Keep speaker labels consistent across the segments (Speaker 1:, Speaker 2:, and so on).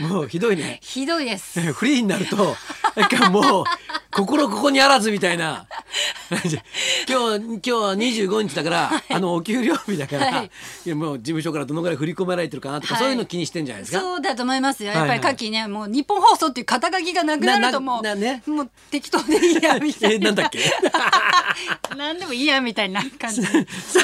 Speaker 1: もうひどいね
Speaker 2: ひどいです
Speaker 1: フリーになるとなんかもう心ここにあらずみたいな 今日今日は25日だから、あのお給料日だから、
Speaker 2: はいい、
Speaker 1: やもう事務所からどのぐらい振り込められてるかなとか、
Speaker 2: はい
Speaker 1: そういうの気にしてんじゃないですか
Speaker 2: そうだと思いますよ。やっぱ
Speaker 1: はい
Speaker 2: り
Speaker 1: はい
Speaker 2: 夏季ね、もう日本放送っていう肩書きがなくな
Speaker 1: な
Speaker 2: るともう、
Speaker 1: ななね
Speaker 2: もう適当でいいやみ た
Speaker 1: え
Speaker 2: いな。
Speaker 1: なんだっけ
Speaker 2: なんでもいいやみたいな感じ。
Speaker 1: さ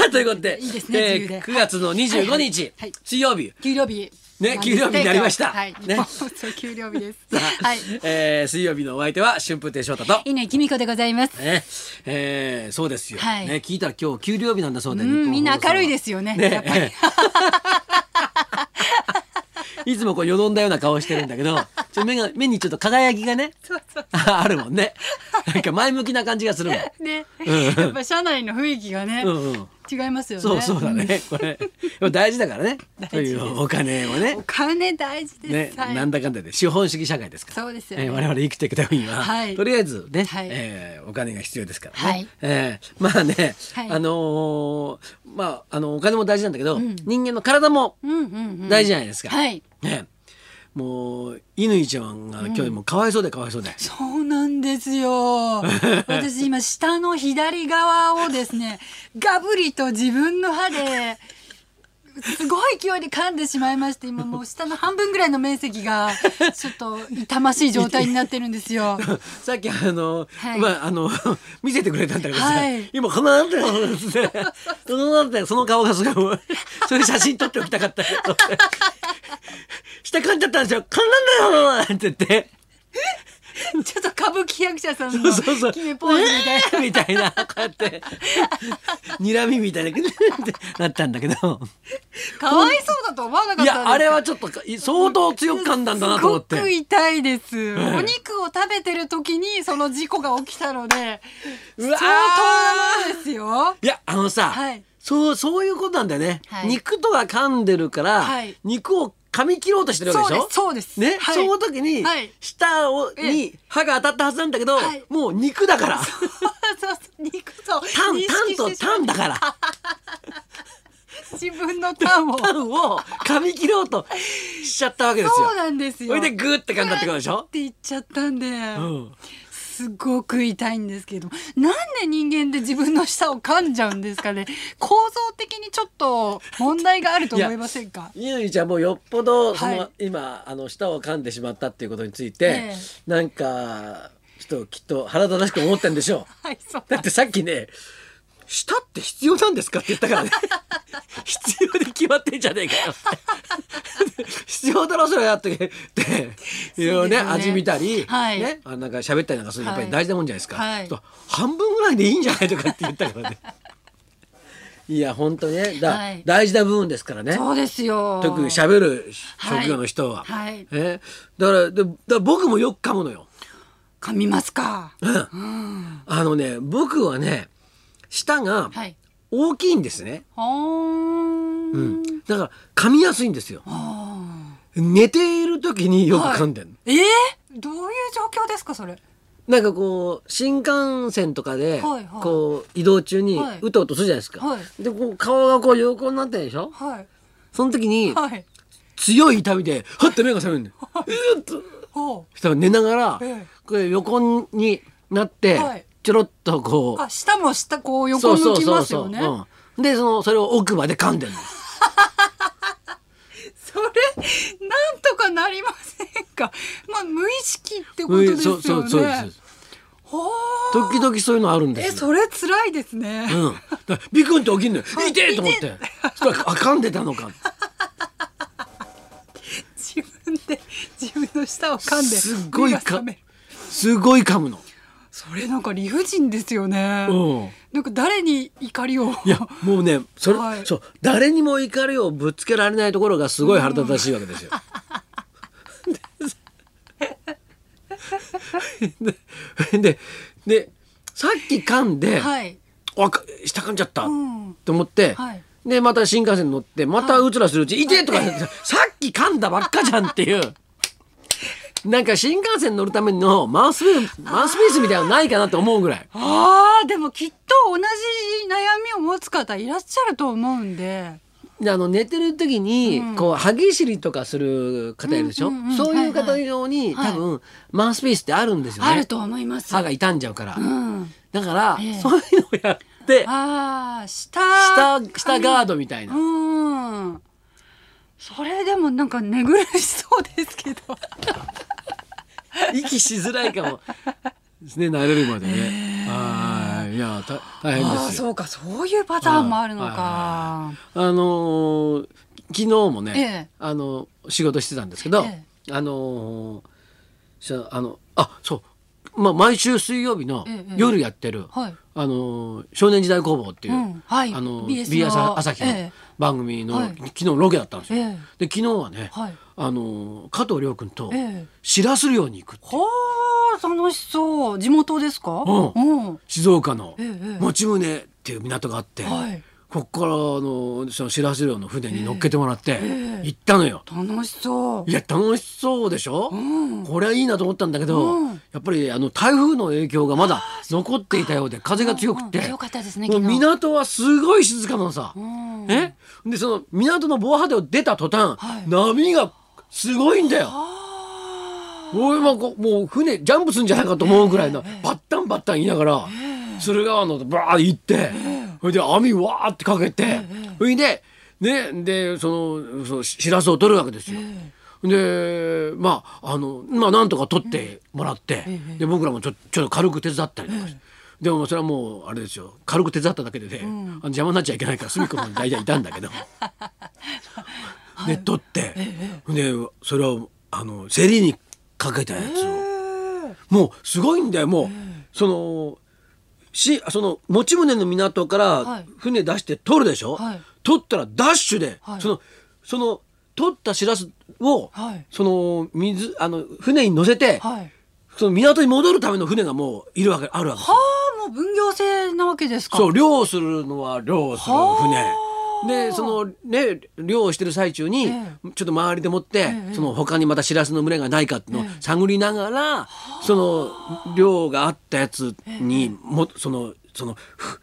Speaker 1: あということで
Speaker 2: いいですね自由で
Speaker 1: 9月の25日、
Speaker 2: はいはい
Speaker 1: 水曜日
Speaker 2: 給料日。
Speaker 1: ね給料日になりました
Speaker 2: はい。
Speaker 1: ね
Speaker 2: 日本放送給料日です。
Speaker 1: さあ
Speaker 2: はい。
Speaker 1: えー水曜日のお相手は春風亭昇太と。
Speaker 2: 稲井貴美子でございます。
Speaker 1: ねえーそうですよ、
Speaker 2: はい
Speaker 1: ね、聞いたら今日給料日なんだそうで、
Speaker 2: う
Speaker 1: 日本放
Speaker 2: ん、
Speaker 1: 送
Speaker 2: みんな明るいですよね。や っぱり。
Speaker 1: ええいつもこうよどんだような顔してるんだけどちょ目が目にちょっと輝きがね
Speaker 2: そうそう。
Speaker 1: ああるもんねなんか前向きな感じがするもん、
Speaker 2: ね、
Speaker 1: ん
Speaker 2: やっぱ社内の雰囲気がね、
Speaker 1: うんうん
Speaker 2: 違いますよね。
Speaker 1: そうそうだねこれでも大事だからね
Speaker 2: 大事
Speaker 1: そう
Speaker 2: です
Speaker 1: いうお金を
Speaker 2: うん。
Speaker 1: ね
Speaker 2: お金大事です。
Speaker 1: ね、
Speaker 2: はい
Speaker 1: なんだかんだで資本主義社会ですから
Speaker 2: そうですよね
Speaker 1: えー我々生きていくためには、
Speaker 2: はい
Speaker 1: とりあえずね、
Speaker 2: はい
Speaker 1: えーお金が必要ですからね、
Speaker 2: はい
Speaker 1: えーまあね、
Speaker 2: はい
Speaker 1: あのーまああのお金も大事なんだけど、
Speaker 2: ん
Speaker 1: 人間の体も
Speaker 2: うんうんうん。
Speaker 1: 大事じゃないですか、
Speaker 2: はい。
Speaker 1: ねもう乾ちゃんが今日もうかわいそうでかわいそうで、
Speaker 2: そうなんです よ。私今下の左側をですね、ガブリと自分の歯で、すごい勢いで噛んでしまいまして、今もう下の半分ぐらいの面積が、ちょっと痛ましい状態になってるんで すよ。
Speaker 1: さっきあの、
Speaker 2: はい
Speaker 1: まああの 見せてくれたんだけどさ、
Speaker 2: はい
Speaker 1: 今このなんてこのなん てこのなんてその顔がすごいそれ写真撮っておきたかったけど下噛んじゃったんですよ「こんなんだよ!」って言って
Speaker 2: ちょっと歌舞伎役者さん
Speaker 1: そう
Speaker 2: の
Speaker 1: そうそう
Speaker 2: 決めポーズみたいな。
Speaker 1: みたいなこうやって睨みみたいなってなったんだけど
Speaker 2: かわいそうだと思わなか
Speaker 1: い
Speaker 2: ったんですか
Speaker 1: やあれはちょっと相当強く噛んだんだなと思って。
Speaker 2: すごく痛いです、お肉を食べてる時にその事故が起きたので
Speaker 1: う
Speaker 2: 相
Speaker 1: わー
Speaker 2: 当なものですよ
Speaker 1: いやあのさ、
Speaker 2: はい
Speaker 1: そうそういうことなんだよね、
Speaker 2: はい
Speaker 1: 肉とか噛んでるから、
Speaker 2: はい
Speaker 1: 肉を噛み切ろうとしてるわけでしょ
Speaker 2: そうですそうです
Speaker 1: ね、
Speaker 2: はい
Speaker 1: その時に、
Speaker 2: はい
Speaker 1: 舌を
Speaker 2: ええ
Speaker 1: に歯が当たったはずなんだけど、
Speaker 2: はい
Speaker 1: もう肉だから
Speaker 2: そうそう肉と
Speaker 1: タン
Speaker 2: 認
Speaker 1: タン
Speaker 2: 識し
Speaker 1: と
Speaker 2: てしま
Speaker 1: タンだから
Speaker 2: 自分のタンを
Speaker 1: タンを噛み切ろうとしちゃったわけですよ
Speaker 2: そうなんですよ
Speaker 1: それでグーって噛んだってことでし
Speaker 2: グーっ
Speaker 1: ょ、
Speaker 2: て言っちゃったんで、
Speaker 1: うん、
Speaker 2: すごく痛いんですけどなんで人間って自分の舌を噛んじゃうんですかね構造的にちょっと問題があると思いませんか
Speaker 1: ゆいちゃんもよっぽどその、
Speaker 2: はい
Speaker 1: 今あの舌を噛んでしまったっていうことについて、
Speaker 2: ええ
Speaker 1: なんかちょっときっと腹立たしく思ったんでしょう
Speaker 2: はいそう
Speaker 1: だってさっきね「舌って必要なんですか?」って言ったからね 必要で決まってんじゃねえかよって 必要だろそれはってっていろいろね
Speaker 2: そうですよね
Speaker 1: 味見たり、
Speaker 2: はい
Speaker 1: ねあなんか喋ったりなんかするのやっぱり大事なもんじゃないですか、
Speaker 2: はい
Speaker 1: と半分ぐらいでいいんじゃないとかって言った からねいや本当ねだ、
Speaker 2: はい
Speaker 1: 大事な部分ですからね
Speaker 2: そうですよ
Speaker 1: 特に喋る
Speaker 2: はい
Speaker 1: 職業の人は、
Speaker 2: はい
Speaker 1: えだからでだから僕もよく噛むのよ。
Speaker 2: 噛みますか
Speaker 1: うんあのね僕はね舌が
Speaker 2: はい
Speaker 1: 大きいんですね、
Speaker 2: ほーん、
Speaker 1: うんだから噛みやすいんですよ
Speaker 2: あ
Speaker 1: 寝ている時によく噛んでる、
Speaker 2: ーえー、どういう状況ですかそれ
Speaker 1: なんかこう新幹線とかで、
Speaker 2: はいはい
Speaker 1: こう移動中に
Speaker 2: はいう
Speaker 1: とうとするじゃないですか、
Speaker 2: はい
Speaker 1: でこう顔がこう横になってるでしょ
Speaker 2: はい
Speaker 1: その時に
Speaker 2: はい
Speaker 1: 強い痛みではって目が覚めるんだよ、うーっと
Speaker 2: ほ
Speaker 1: そしたら寝ながら、
Speaker 2: ええ
Speaker 1: これ横になって、
Speaker 2: はい
Speaker 1: ちょろっと こ
Speaker 2: う
Speaker 1: う
Speaker 2: あ下も下こう横向きますよねそ
Speaker 1: うん、でそのそれを奥まで噛ん でるの
Speaker 2: れなんとかなりませんかまあ無意識ってこと
Speaker 1: う
Speaker 2: で
Speaker 1: ん
Speaker 2: すよ
Speaker 1: そう
Speaker 2: ね
Speaker 1: そうそうです
Speaker 2: ほー
Speaker 1: 時々そういうのあるんです
Speaker 2: え
Speaker 1: よ
Speaker 2: それ辛いですね、
Speaker 1: うん、だからビクンって起きんのよ「
Speaker 2: い
Speaker 1: 痛え!」と思っ
Speaker 2: 痛
Speaker 1: てそしたらあ噛んでたのか
Speaker 2: 自分で自分の舌を噛んです
Speaker 1: ごい
Speaker 2: 目が覚める
Speaker 1: すごい噛むの、
Speaker 2: それなんか理不尽ですよね、
Speaker 1: うん、
Speaker 2: なんか誰に怒りを
Speaker 1: いやもうねそれ、
Speaker 2: はい
Speaker 1: そう誰にも怒りをぶつけられないところがすごい腹立たしいわけですよ。でででさっき噛んで、
Speaker 2: はい
Speaker 1: あか下噛んじゃった、
Speaker 2: うん
Speaker 1: と思って、
Speaker 2: はい
Speaker 1: でまた新幹線に乗ってまたうつらするうち「痛え!」 とか、さっき噛んだばっかじゃんっていう。なんか新幹線に乗るためのマウスピースマウスピースみたいなのないかなって思うぐらい
Speaker 2: あーでもきっと同じ悩みを持つ方いらっしゃると思うんで
Speaker 1: あの寝てる時に
Speaker 2: うん
Speaker 1: こう歯ぎしりとかする方いるでしょ、
Speaker 2: うんうんうん
Speaker 1: そういう方用に、
Speaker 2: はいはい
Speaker 1: 多分マウスピースってあるんですよね
Speaker 2: あると思います。
Speaker 1: 歯が傷んじゃうから、
Speaker 2: うん。
Speaker 1: だから、
Speaker 2: ええ
Speaker 1: そういうのをやって
Speaker 2: ああ、下。
Speaker 1: 下下ガードみたいな、
Speaker 2: うん。それでもなんか寝苦しそうですけど。
Speaker 1: 息しづらいかもですね慣れるまでね、はいいやた大変
Speaker 2: あ
Speaker 1: で
Speaker 2: あ、
Speaker 1: すよ
Speaker 2: そうか、そういうパターンもあるの
Speaker 1: はいは
Speaker 2: か。
Speaker 1: あのー昨日もね、
Speaker 2: ええ
Speaker 1: あの仕事してたんですけど、
Speaker 2: え
Speaker 1: あのーしゃあのあそう、まあ、毎週水曜日の
Speaker 2: ええ
Speaker 1: 夜やってる、
Speaker 2: はい
Speaker 1: あのー少年時代工房っていう、
Speaker 2: うんはい
Speaker 1: あの
Speaker 2: BS
Speaker 1: BS
Speaker 2: の
Speaker 1: 朝朝日の
Speaker 2: ええ
Speaker 1: 番組の、
Speaker 2: はい
Speaker 1: 昨日ロケだったんですよ。
Speaker 2: え
Speaker 1: で昨日はね、
Speaker 2: はい
Speaker 1: あのー加藤亮君と
Speaker 2: ええ
Speaker 1: しらす漁に行くっていう
Speaker 2: ほー、楽しそう。地元ですか
Speaker 1: う
Speaker 2: うん。
Speaker 1: 静岡の
Speaker 2: ええ
Speaker 1: 持宗っていう港があって、
Speaker 2: はい
Speaker 1: こっからあのその白洲漁の船に乗っけてもらって
Speaker 2: ええ
Speaker 1: 行ったのよ。
Speaker 2: 楽しそう
Speaker 1: い。や楽しそうでしょ、
Speaker 2: ん
Speaker 1: これはいいなと思ったんだけど、
Speaker 2: うん
Speaker 1: やっぱりあの台風の影響がまだ残っていたようで風が強くて、
Speaker 2: うんうん強かったですね
Speaker 1: もう
Speaker 2: 昨日
Speaker 1: 港はすごい静かなのさ、
Speaker 2: ん
Speaker 1: えでその港の防波堤を出た途端、
Speaker 2: はい
Speaker 1: 波がすごいんだよ。もう今こうもう船ジャンプするんじゃないかと思うぐらいの、バッタンバッタン言いながら、駿河湾のバーッ行って、それで網わーってかけて、それでねでそのそうししらすを取るわけですよ。でまああのまあなんとか取ってもらって、で僕らもちょちょっと軽く手伝ったりとかして。でもそれはもうあれですよ軽く手伝っただけでね、あの邪魔になっちゃいけないから隅っこの方に大体いたんだけど。で取って、でそれをあの競りにかけたやつを、もうすごいんだよもう、そのしその持ち船の港か
Speaker 2: は
Speaker 1: ら
Speaker 2: い
Speaker 1: 船出して取るでしょ、
Speaker 2: はい
Speaker 1: 取ったらダッシュで、
Speaker 2: はい
Speaker 1: そのその取ったしらすを、
Speaker 2: はい
Speaker 1: その水あの船に乗せて、
Speaker 2: はい。
Speaker 1: その港に戻るための船がもういるわけあるわけですよ
Speaker 2: ああ、もう分業制なわけですか。。
Speaker 1: そうう漁するのは漁する船
Speaker 2: はあ
Speaker 1: でそのね漁をしてる最中に、
Speaker 2: え
Speaker 1: ちょっと周りでもって、
Speaker 2: え
Speaker 1: その他にまたシラスの群れがないかっていうのを探りながら、その漁があったやつにもそのそのふ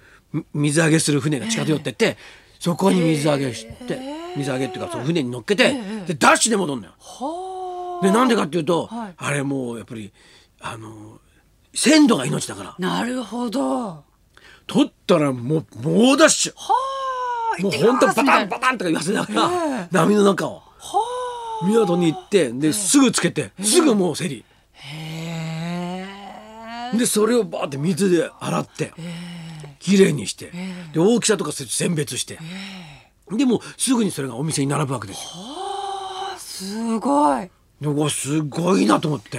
Speaker 1: 水揚げする船が近寄ってって、そこに水揚げして、水揚げっていうかその船に乗っけて、でダッシュで戻るのよ。
Speaker 2: は
Speaker 1: でなんでかっていうと、
Speaker 2: はい
Speaker 1: あれもうやっぱりあの鮮度が命だから
Speaker 2: あ。なるほど。
Speaker 1: 取ったらもう猛ダッシュ。
Speaker 2: はあ。
Speaker 1: もう本当
Speaker 2: 行
Speaker 1: バ
Speaker 2: って
Speaker 1: タ
Speaker 2: き
Speaker 1: ン
Speaker 2: ますみたいな
Speaker 1: バタンとか言わせながら、
Speaker 2: ええ
Speaker 1: 波の中を
Speaker 2: は
Speaker 1: 港に行ってですぐつけて、すぐもう競り
Speaker 2: あ。へえ。
Speaker 1: でそれをバーって水で洗って、きれいにして、で大きさとか選別して、でもうすぐにそれがお店に並ぶわけですよ。
Speaker 2: すごい。
Speaker 1: でうわすごいなと思って、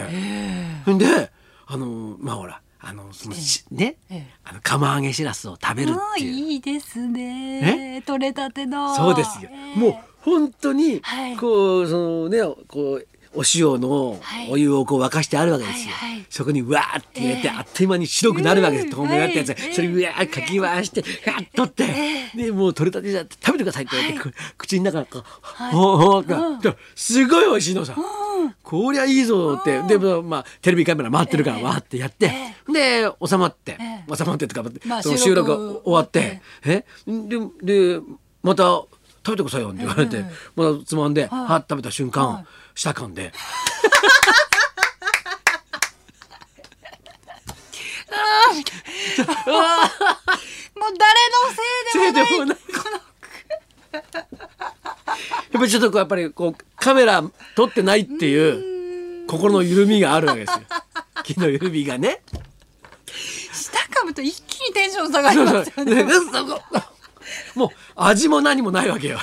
Speaker 1: であのまあほらあのそのしね、
Speaker 2: ええ
Speaker 1: あの釜揚げしらすを食べる
Speaker 2: あ
Speaker 1: っていう。
Speaker 2: いいですね。取れたての。
Speaker 1: そうですよ。
Speaker 2: ええ
Speaker 1: もう本当に
Speaker 2: はい
Speaker 1: こう、そのねこうお塩の
Speaker 2: はい
Speaker 1: お湯をこう沸かしてあるわけですよ。
Speaker 2: はいはい
Speaker 1: そこにわーって入れて、
Speaker 2: ええ
Speaker 1: あっという間に白くなるわけです。
Speaker 2: うん
Speaker 1: 透明になったやつ、
Speaker 2: はい
Speaker 1: それうわーかき回してガッとって、でもう取れたてじゃ食べてくださいって言われて、口の中からこう、
Speaker 2: はい
Speaker 1: ほうほうって
Speaker 2: うん
Speaker 1: ですごい美味しいのさ。こりゃいいぞって、でまあまあテレビカメラ回ってるから
Speaker 2: ええ
Speaker 1: わーってやって、で収まって、
Speaker 2: ええ
Speaker 1: 収まってとか、
Speaker 2: まあ
Speaker 1: その収
Speaker 2: 収録
Speaker 1: 録終わって。
Speaker 2: ええ
Speaker 1: えででまた食べてくださいよって言われて、
Speaker 2: うん
Speaker 1: またつまんで、
Speaker 2: はい
Speaker 1: はっ食べた瞬間、
Speaker 2: はい
Speaker 1: 舌噛んで
Speaker 2: もう誰のせいでもない。
Speaker 1: せいでもないやっぱりちょっとこうやっぱりこうカメラ撮ってないっていう心の緩みがあるわけです よ気の緩みがね。
Speaker 2: 下噛むと一気にテンション下がり
Speaker 1: そう
Speaker 2: ま
Speaker 1: そう
Speaker 2: すよね。
Speaker 1: でそこもう味も何もないわけ よ。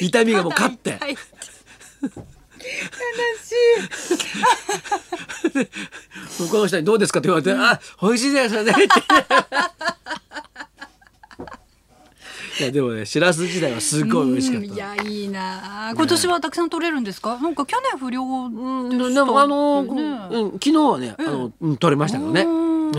Speaker 1: 痛みがもう勝って。
Speaker 2: はい。悲し
Speaker 1: 向こうの人に「どうですか?」って言われて「あ美味しいですよね」 って。いやでもねしらす自体はす
Speaker 2: い。
Speaker 1: ごい美味しか
Speaker 2: うん
Speaker 1: っ
Speaker 2: い
Speaker 1: た。
Speaker 2: やいいなあ。今年はたくさん取れるんですか。なんか去年不良
Speaker 1: うん
Speaker 2: でした
Speaker 1: でもあの、
Speaker 2: ね
Speaker 1: うん、昨日はね、あのうん取れましたけどね
Speaker 2: うん。
Speaker 1: え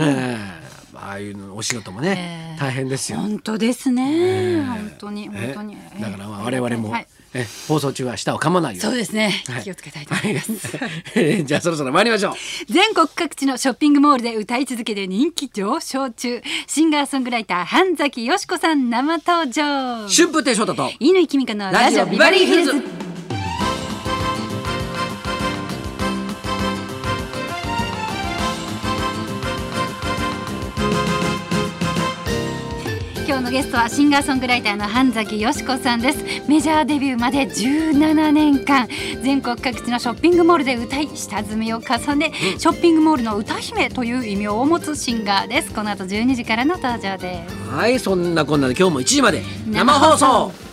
Speaker 1: えああいうのお仕事もね、
Speaker 2: ええ
Speaker 1: 大変ですよ。
Speaker 2: 本当ですね。本当に
Speaker 1: ええ
Speaker 2: 本当に。
Speaker 1: だからまあ我々も
Speaker 2: はい
Speaker 1: え放送中は舌を噛まないよ
Speaker 2: そうう
Speaker 1: に。
Speaker 2: ですね、
Speaker 1: はい
Speaker 2: 気をつけたいと思
Speaker 1: はい
Speaker 2: います、
Speaker 1: えーじゃあそろそろ参りましょう。
Speaker 2: 全国各地のショッピングモールで歌い続けて人気上昇中シンガーソングライター半崎よしこさん生登場
Speaker 1: 春風亭昇太と
Speaker 2: 乾きみかの
Speaker 1: ラ
Speaker 2: ラ
Speaker 1: ジ
Speaker 2: ジ
Speaker 1: オ
Speaker 2: オ
Speaker 1: ビ
Speaker 2: ビ
Speaker 1: バ
Speaker 2: バ
Speaker 1: リ
Speaker 2: リ
Speaker 1: ー
Speaker 2: ー
Speaker 1: ヒ
Speaker 2: ヒ
Speaker 1: ル
Speaker 2: ル
Speaker 1: ズ
Speaker 2: ズ今日のゲストはシンガーソングライターの半崎よしこさんですメジャーデビューまで17年間全国各地のショッピングモールで歌い下積みを重ね、ショッピングモールの歌姫という異名を持つシンガーですこの後12時からの登場です
Speaker 1: はいそんなこんなで今日も1時まで生放送